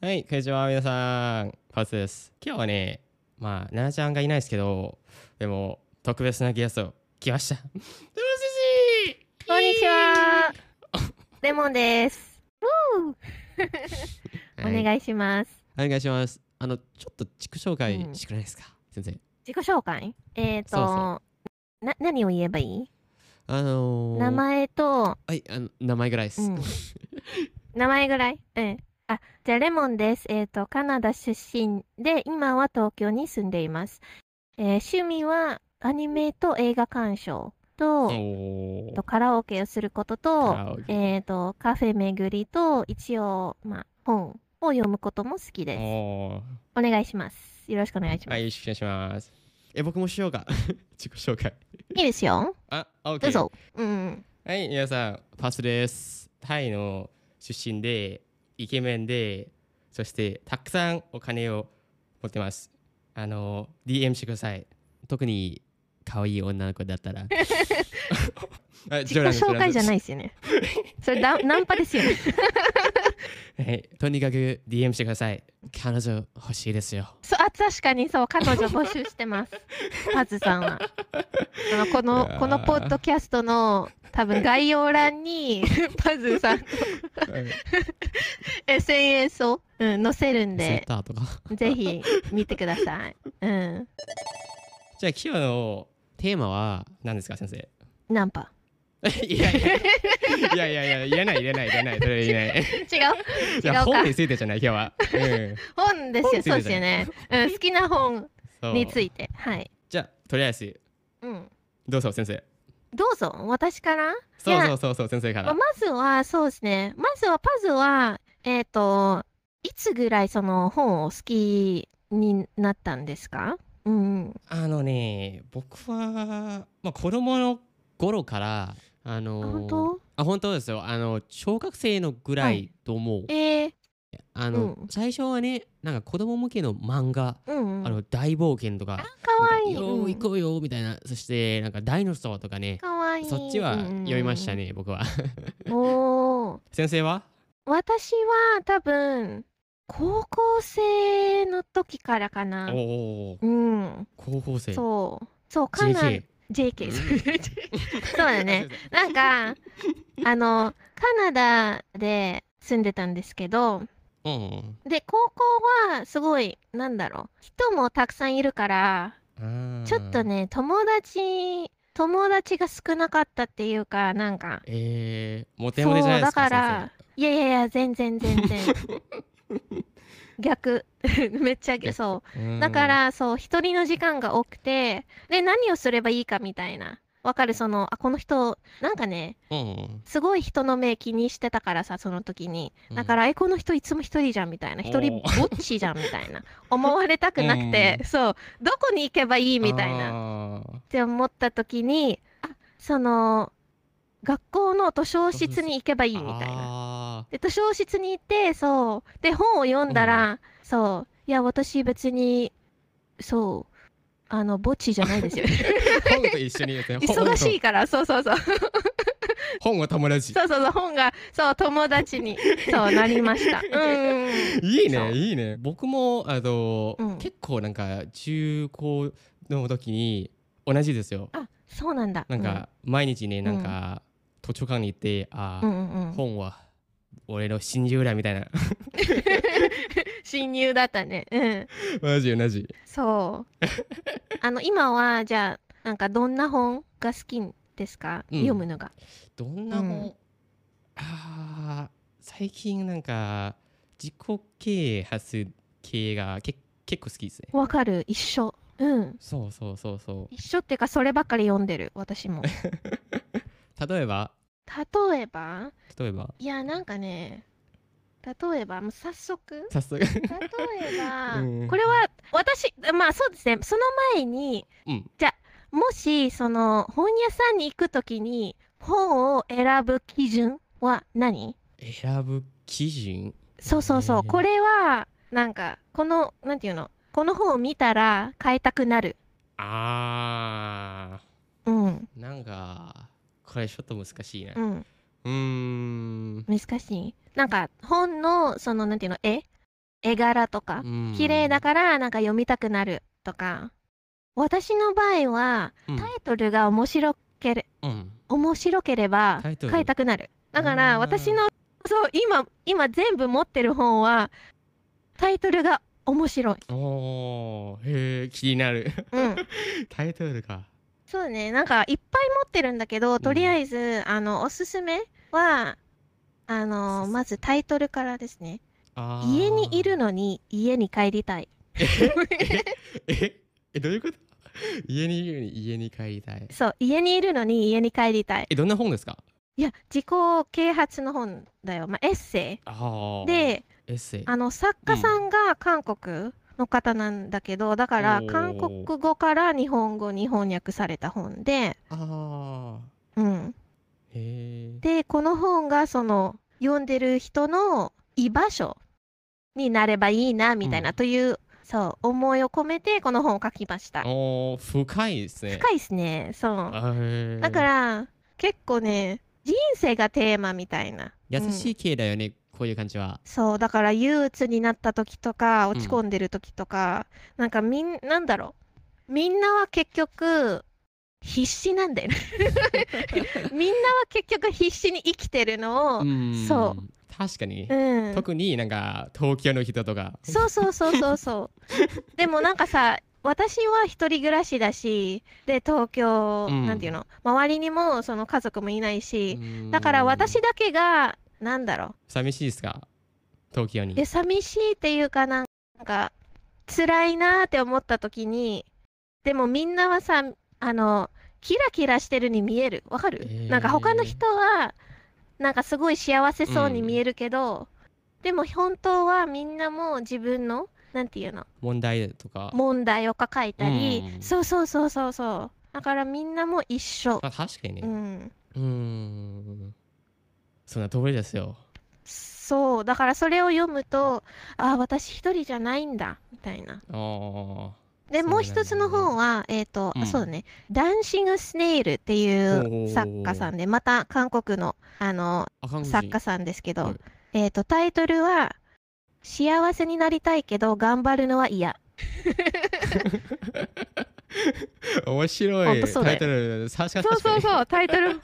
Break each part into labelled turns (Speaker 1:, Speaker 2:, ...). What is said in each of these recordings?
Speaker 1: はい、こんにちは、皆さん。カウスです。今日はね、まあ、奈々ちゃんがいないですけど、でも、特別なゲスト、来ました。トロスジ
Speaker 2: こんにちは。レモンです。お
Speaker 1: はい
Speaker 2: 願いします。
Speaker 1: お願いします。あの、ちょっと自己紹介してくれないですか、先生。
Speaker 2: 自己紹介えっ、と
Speaker 1: そう
Speaker 2: な、何を言えばいい
Speaker 1: あのー、
Speaker 2: 名前と、
Speaker 1: はい、あの名前ぐらいです。
Speaker 2: うん名前ぐらいうん。あ、じゃあレモンです。えっ、と、カナダ出身で、今は東京に住んでいます。えー趣味はアニメと映画鑑賞と、
Speaker 1: お
Speaker 2: えっ
Speaker 1: ー
Speaker 2: とカラオケをすることと
Speaker 1: カ、ラオケ
Speaker 2: えっ、と、カフェ巡りと、一応、まあ、本を読むことも好きです。
Speaker 1: お
Speaker 2: お願いします。よろしくお願いし
Speaker 1: ー
Speaker 2: ま
Speaker 1: は
Speaker 2: す。
Speaker 1: い、よろしくお願いします。え、僕もしようか。 自己紹介。
Speaker 2: いいですよ。
Speaker 1: あ、OK。
Speaker 2: どうぞ。うん。
Speaker 1: はい、皆さん、パスです。タイの出身で、イケメンで、そしてたくさんお金を持ってます。あの、DM してください。特に可愛い女の子だった ら。あ。
Speaker 2: 自己紹介じゃないいですよね。それ だナンパですよね。
Speaker 1: はい、とにかく DM してください。彼女欲しいですよ。
Speaker 2: そうあ確かにそう彼女募集してます。パズさんは。あの
Speaker 1: い
Speaker 2: こ
Speaker 1: や
Speaker 2: の
Speaker 1: ー
Speaker 2: このポッドキャストの多分概要欄に パズさんの SNS を、うん、載せるん
Speaker 1: セッ
Speaker 2: で
Speaker 1: ターとか。
Speaker 2: ぜひ見てください。うん。
Speaker 1: じゃあ、今日のテーマは何ですか、先 生。
Speaker 2: ナンパ。
Speaker 1: いやいやいやいやいや、言えない、言えない、言えない、それは言えない。
Speaker 2: 違う
Speaker 1: い
Speaker 2: 違う
Speaker 1: や
Speaker 2: か
Speaker 1: 本についてじゃない今日は。うん、
Speaker 2: 本です
Speaker 1: 本に
Speaker 2: よ。そう
Speaker 1: ついて
Speaker 2: ですよね。うん好きな本
Speaker 1: そう
Speaker 2: についてはい。
Speaker 1: じゃあとりあえず
Speaker 2: うん。
Speaker 1: どうぞ先生。
Speaker 2: どうぞ私から。
Speaker 1: そう
Speaker 2: い
Speaker 1: そう
Speaker 2: や
Speaker 1: そうそう先生か
Speaker 2: まあ
Speaker 1: ら。
Speaker 2: まずは、そうですね。まずは、パズは、えっ、と、いつぐらいその本を好きになったんですかうん。
Speaker 1: あのね僕はまあ子供の頃からあ
Speaker 2: あ
Speaker 1: のー
Speaker 2: 本当
Speaker 1: あ本当ですよあの小学生のぐら
Speaker 2: はいい
Speaker 1: と思う。
Speaker 2: えー、
Speaker 1: あの、
Speaker 2: うん
Speaker 1: 最初はねなんか子供向けの漫画、
Speaker 2: うん、うん。
Speaker 1: あの大冒険とか。
Speaker 2: かわいい。
Speaker 1: なんかよー
Speaker 2: うん
Speaker 1: 行こうよみたいな、そしてなんかダイノソーとかね
Speaker 2: かわいい。
Speaker 1: そっちは読みましたね、僕は
Speaker 2: うん。おー
Speaker 1: 先生は
Speaker 2: 私は多分、高校生の時からかな。
Speaker 1: おお
Speaker 2: うん。
Speaker 1: 高校生
Speaker 2: そう。そう、かな
Speaker 1: JK
Speaker 2: り。JK。そうだね。なんか、あの、カナダで住んでたんですけど、
Speaker 1: うんうん
Speaker 2: で、高校はすごい、なんだろう、人もたくさんいるから、
Speaker 1: うん
Speaker 2: ちょっとね、友達、友達が少なかったっていうか、なんか、
Speaker 1: えー、モテ
Speaker 2: そ
Speaker 1: モ
Speaker 2: う、
Speaker 1: テじゃないで
Speaker 2: だ
Speaker 1: すか。
Speaker 2: から、いやいやいや、全然全然。 逆、 めっちゃ逆そ
Speaker 1: 先生
Speaker 2: う。だか、ら、そう、一人の時間が多くて、で、何をすればいいかみたいな。わかるその、あ、この人、なんかね、
Speaker 1: うんうん
Speaker 2: すごい人の目気にしてたからさ、その時に。
Speaker 1: うん
Speaker 2: だから、え、この人いつも一人じゃんみたいな、
Speaker 1: おー
Speaker 2: 一人ぼっちじゃんみたいな、思われたくなくて、そう、どこに行けばいいみたいなっ
Speaker 1: な。
Speaker 2: て思った時に、あその、学校の図書室に行けばい
Speaker 1: い
Speaker 2: いみたいな。
Speaker 1: な。
Speaker 2: で、図書室に行って、そう、で、本を読んだら、そう、いや、私別に、そう、あの、ぼっちじゃないですよ。
Speaker 1: 本と一緒にですね。
Speaker 2: 忙しいから、そうそうそう。
Speaker 1: 本は友達。
Speaker 2: そうそうそう、本が、そう、友 達に、そう、なりました。うん。
Speaker 1: いい
Speaker 2: そう
Speaker 1: ね、いいね。僕も、あの、
Speaker 2: うん
Speaker 1: 結構なんか、中高の時に、同じですよ。
Speaker 2: あ、そうなんだ。
Speaker 1: なん
Speaker 2: う
Speaker 1: か、毎日ね、なんか、図書館に行って、あ
Speaker 2: う
Speaker 1: ー、
Speaker 2: んうんうん、
Speaker 1: 本は、俺の真珠ぐらいみたいな。
Speaker 2: 親友だったね。うん。
Speaker 1: 同じ同じ。
Speaker 2: そう。あの、今は、じゃあ、なんか、どんな本が好きですか、
Speaker 1: うん
Speaker 2: 読むのが。
Speaker 1: どんな
Speaker 2: う
Speaker 1: 本、ああ最近なんか自己啓発系がけ結構好きですね
Speaker 2: わかる一緒。うん。
Speaker 1: そうそうそうそ
Speaker 2: 一緒っていうか、そればっかり読んでる、私
Speaker 1: う
Speaker 2: も。
Speaker 1: 例えば
Speaker 2: 例えば、
Speaker 1: 例えば
Speaker 2: いや、なんかね、例えば、もう 早速、
Speaker 1: 早速
Speaker 2: 例えば、
Speaker 1: うん
Speaker 2: これは、私、まあそうですね、その前に、
Speaker 1: うん
Speaker 2: もし、その、本屋さんに行くときに、本を選ぶ基準は何
Speaker 1: 選ぶ基準
Speaker 2: そうそうそう、
Speaker 1: ね
Speaker 2: これはなんかこのなんていうのこの本を見たら買いたくなる
Speaker 1: あ
Speaker 2: うん
Speaker 1: ーなんかこれちょっと難しいな
Speaker 2: うん
Speaker 1: うーん
Speaker 2: 難しいなんか本のそのなんていうの絵絵柄とか、
Speaker 1: うん
Speaker 2: 綺麗だからなんか読みたくなるとか。私の場合は、
Speaker 1: うん
Speaker 2: タイトルが面白けれ、
Speaker 1: うん
Speaker 2: 面白ければ
Speaker 1: タイトル
Speaker 2: 買いたくなる。だから
Speaker 1: あー
Speaker 2: 私の、そう、今、今全部持ってる本は、タイトルが面白い。
Speaker 1: おーへえ気になる
Speaker 2: うん。
Speaker 1: タイトルか
Speaker 2: そうね、なんかいっぱい持ってるんだけど、とりあえず、あの、おすすめは、あの、まずタイトルからですね。
Speaker 1: あー
Speaker 2: 家にいるのに家に帰りたい。
Speaker 1: ええどういうこと家にいるのに家に帰りたい
Speaker 2: そう、家にいるのに家に帰りたい。
Speaker 1: えどんな本ですか
Speaker 2: いや、自己啓発の本だよ。まあ、エッセ
Speaker 1: あー
Speaker 2: イ。で、
Speaker 1: エッセイ
Speaker 2: あの、作家さんが韓国の方なんだけど、だから
Speaker 1: おー
Speaker 2: 韓国語から日本語に翻訳された本で、
Speaker 1: あ
Speaker 2: う
Speaker 1: ー
Speaker 2: ん。
Speaker 1: へえ
Speaker 2: でこの本がその読んでる人の居場所になればいいなみたいな、
Speaker 1: うん
Speaker 2: というそう思いを込めてこの本を書きました
Speaker 1: おー深いですね
Speaker 2: 深いですねそう
Speaker 1: あへー
Speaker 2: だから結構ね人生がテーマみたいな
Speaker 1: 優し
Speaker 2: い、
Speaker 1: い系だよね、こういう感じは
Speaker 2: そうだから憂鬱になった時とか落ち込んでる時とか、なんかみんなんだろうみんなは結局必死なんだ よねみんなは結局必死に生きてるのを、うん
Speaker 1: ん
Speaker 2: そう
Speaker 1: 確かに、特になんか東京の人とか
Speaker 2: そうそうそうそ うそう。でもなんかさ、私は一人暮らしだし、で、東京、
Speaker 1: うん
Speaker 2: なんていうの、周りにもその家族もいないし、
Speaker 1: うん
Speaker 2: だから私だけが、なんだろ
Speaker 1: 寂しいですか東京に
Speaker 2: う、え、寂しいっていうかなんか、辛いなーって思った時に、でもみんなはさ、あの、キラキラしてるに見える。わかる、
Speaker 1: えー
Speaker 2: なんか他の人は、なんかすごい幸せそうに見えるけど、でも本当はみんなも自分の、なんていうの、
Speaker 1: 問題とか、
Speaker 2: 問題を抱えたり、
Speaker 1: うん
Speaker 2: そうそうそうそうそうだからみんなも一緒、
Speaker 1: まあ、確かに
Speaker 2: う
Speaker 1: ね
Speaker 2: ん、
Speaker 1: うーんそんな通りですよ
Speaker 2: そうだからそれを読むとああ私一人じゃないんだみたいな
Speaker 1: あーそう
Speaker 2: で
Speaker 1: なんだね
Speaker 2: もう一つの本はえっ、と、
Speaker 1: うん
Speaker 2: そうだね「ダンシング・スネイル」ってい
Speaker 1: お
Speaker 2: う
Speaker 1: ー
Speaker 2: 作家さんでまた韓国のあの
Speaker 1: あ韓国人
Speaker 2: 作家さんですけど、
Speaker 1: はい
Speaker 2: えっ、とタイトルは「幸せになりたいけど頑張るのは嫌」
Speaker 1: 面白
Speaker 2: ほんと
Speaker 1: い
Speaker 2: そう
Speaker 1: タ
Speaker 2: だ
Speaker 1: イ
Speaker 2: よ
Speaker 1: トル確かに
Speaker 2: そうそう
Speaker 1: う
Speaker 2: そうタイトルそ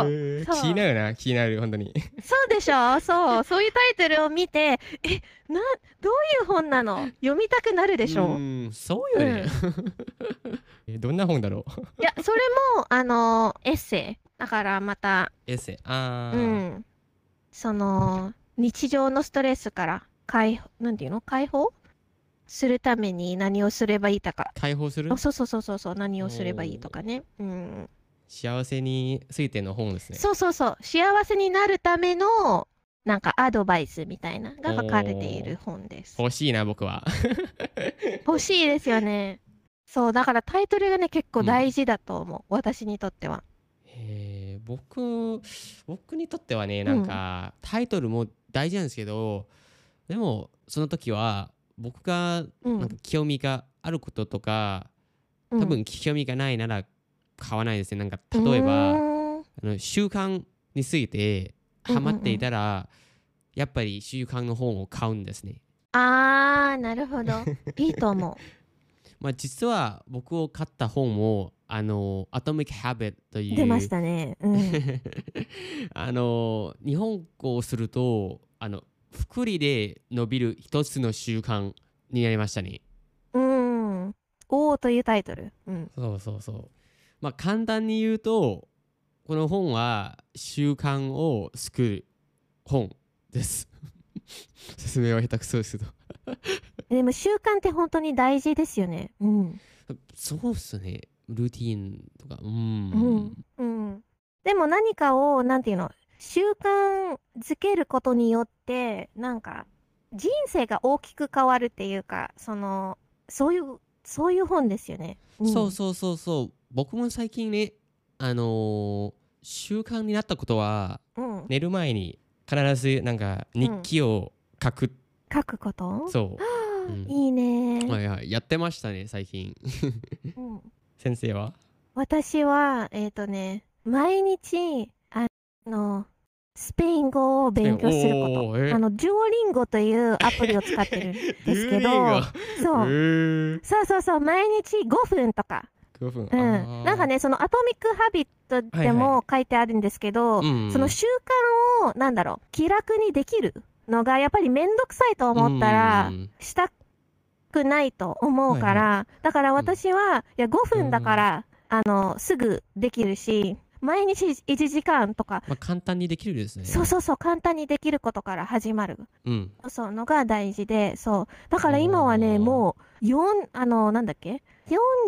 Speaker 2: う、そう
Speaker 1: 気になるな気になる本当に
Speaker 2: そうでしょそう、そういうタイトルを見て、え、な、どういう本なの読みたくなるでしょ
Speaker 1: うーんそうよね、 えどんな本だろう
Speaker 2: いや、それも、あの、エッセイ。だからまた、
Speaker 1: エッセイあ
Speaker 2: う
Speaker 1: ー、
Speaker 2: ん。その、日常のストレスから解、なんていうの解放するために何をすればいいとか。
Speaker 1: 解放する
Speaker 2: あそうそうそうそうそう、何をすればいいとかね。うん。
Speaker 1: 幸せについての本ですね
Speaker 2: そうそうそう、幸せになるための、なんかアドバイスみたいなのが書かれている本です。
Speaker 1: 欲しいな僕は
Speaker 2: 欲しいですよね。そう、だからタイトルがね、結構大事だと思う。私にとっては。
Speaker 1: えー僕僕にとってはねなんか、タイトルも大事なんですけどでもその時は僕が
Speaker 2: うん
Speaker 1: なんか興味があることとか、
Speaker 2: うん
Speaker 1: 多分興味がないなら買わないですねなんか例えば、
Speaker 2: うーん
Speaker 1: あの習慣についてハマっていたら、やっぱり習慣の本を買うんですね
Speaker 2: あー、なる ほど。いいと思。
Speaker 1: まあ実は僕を買った本もあの「Atomic Habit」というう
Speaker 2: 出ましたね。うん。
Speaker 1: あの日本語をするとあの福利で伸びる一つの習慣になりましたね
Speaker 2: うん。おーというタイトル。 うん。
Speaker 1: そうそうそうまあ簡単に言うとこの本は習慣を作る本です 説明は下手くそですけど
Speaker 2: でも習慣って本当に大事ですよね。うん。
Speaker 1: そうっすねルーティーンとかうん
Speaker 2: うんうん。でも何かを、なんていうの、習慣づけることによって、なんか、人生が大きく変わるっていうか、その、そういう、そういう本ですよね。ん
Speaker 1: そうそうそうそう僕も最近ねあのー習慣になったことは
Speaker 2: うん、
Speaker 1: 寝る前に必ずなんか日記を書く、
Speaker 2: 書くこと
Speaker 1: そ
Speaker 2: あー
Speaker 1: うん
Speaker 2: いいね、
Speaker 1: う、はいはい、やってましたね最近
Speaker 2: うん
Speaker 1: 先生は
Speaker 2: 私はえっ、とね毎日あのスペイン語を勉強すること。
Speaker 1: おーえ
Speaker 2: あの、デュオリンゴというアプリを使ってるんです けど、そう。
Speaker 1: 5
Speaker 2: そうそうそう、毎日5分とか。
Speaker 1: 分
Speaker 2: う
Speaker 1: あー
Speaker 2: ん。なんかね、そのアトミックハビットで
Speaker 1: はいは
Speaker 2: も書いてあるんですけど、
Speaker 1: うん
Speaker 2: その習慣を、なんだろう、気楽にできるのが、やっぱりめんどくさいと思ったら、
Speaker 1: うん
Speaker 2: したくないと思うから、だから私は、いや、5分だから、あの、すぐできるし、毎日1時間とか、
Speaker 1: まあ、簡単にできるですね
Speaker 2: そうそうそう、簡単にできることから始まる。
Speaker 1: うん
Speaker 2: そうのが大事で、そう。だから今は
Speaker 1: お
Speaker 2: ね、
Speaker 1: ー
Speaker 2: もう、4、あの、なんだっけ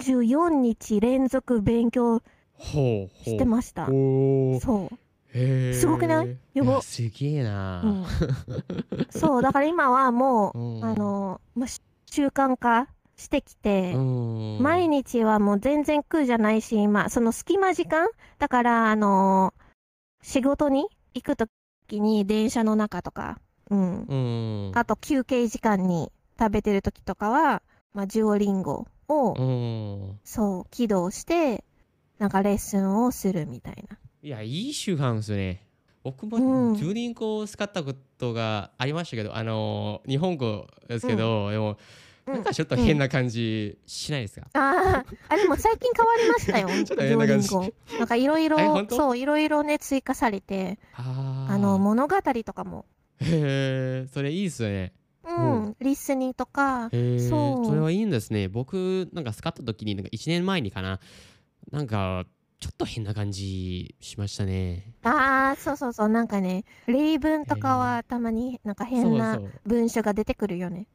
Speaker 2: ?44 日連続勉強
Speaker 1: ほうほう
Speaker 2: してました。
Speaker 1: おー
Speaker 2: そう。
Speaker 1: へー
Speaker 2: すごくないやば
Speaker 1: やすげえな
Speaker 2: う、ん、そう、だから今はも
Speaker 1: う
Speaker 2: う、
Speaker 1: ん
Speaker 2: あの、もうし習慣化してきて、
Speaker 1: うん
Speaker 2: 毎日はもう全然苦じゃないし、今、その隙間時間だから、あの仕事に行くときに電車の中とか、うん。
Speaker 1: うん
Speaker 2: あと休憩時間に食べてるときとかは、まあ、ジュオリンゴを、
Speaker 1: うん
Speaker 2: そう、起動して、なんかレッスンをするみたいな。
Speaker 1: いやいい習慣ですね僕
Speaker 2: う
Speaker 1: も
Speaker 2: ん
Speaker 1: ジュリン語を使ったことがありましたけど、あの日本語ですけど、でも
Speaker 2: うん
Speaker 1: なんかちょっと変な感じしないですか、
Speaker 2: あーあ、でも最近変わりましたよ。
Speaker 1: ちょっと変な感じ
Speaker 2: ジョーリンゴなんかいろい
Speaker 1: え
Speaker 2: ろ
Speaker 1: 本、当
Speaker 2: そう、いろいろね、追加されて、
Speaker 1: あー
Speaker 2: あの、物語とかも、
Speaker 1: へえそれいいですね
Speaker 2: うん、リスニングとか、
Speaker 1: へえ
Speaker 2: そう
Speaker 1: それはいいんですね僕なんか使った時になんか1年前にかななんかちょっと変な感じしましたね
Speaker 2: ああ、そうそうそう、なんかね、例文とか
Speaker 1: へ
Speaker 2: はたまになんか
Speaker 1: そう
Speaker 2: 変な
Speaker 1: そう
Speaker 2: 文章が出てくるよね。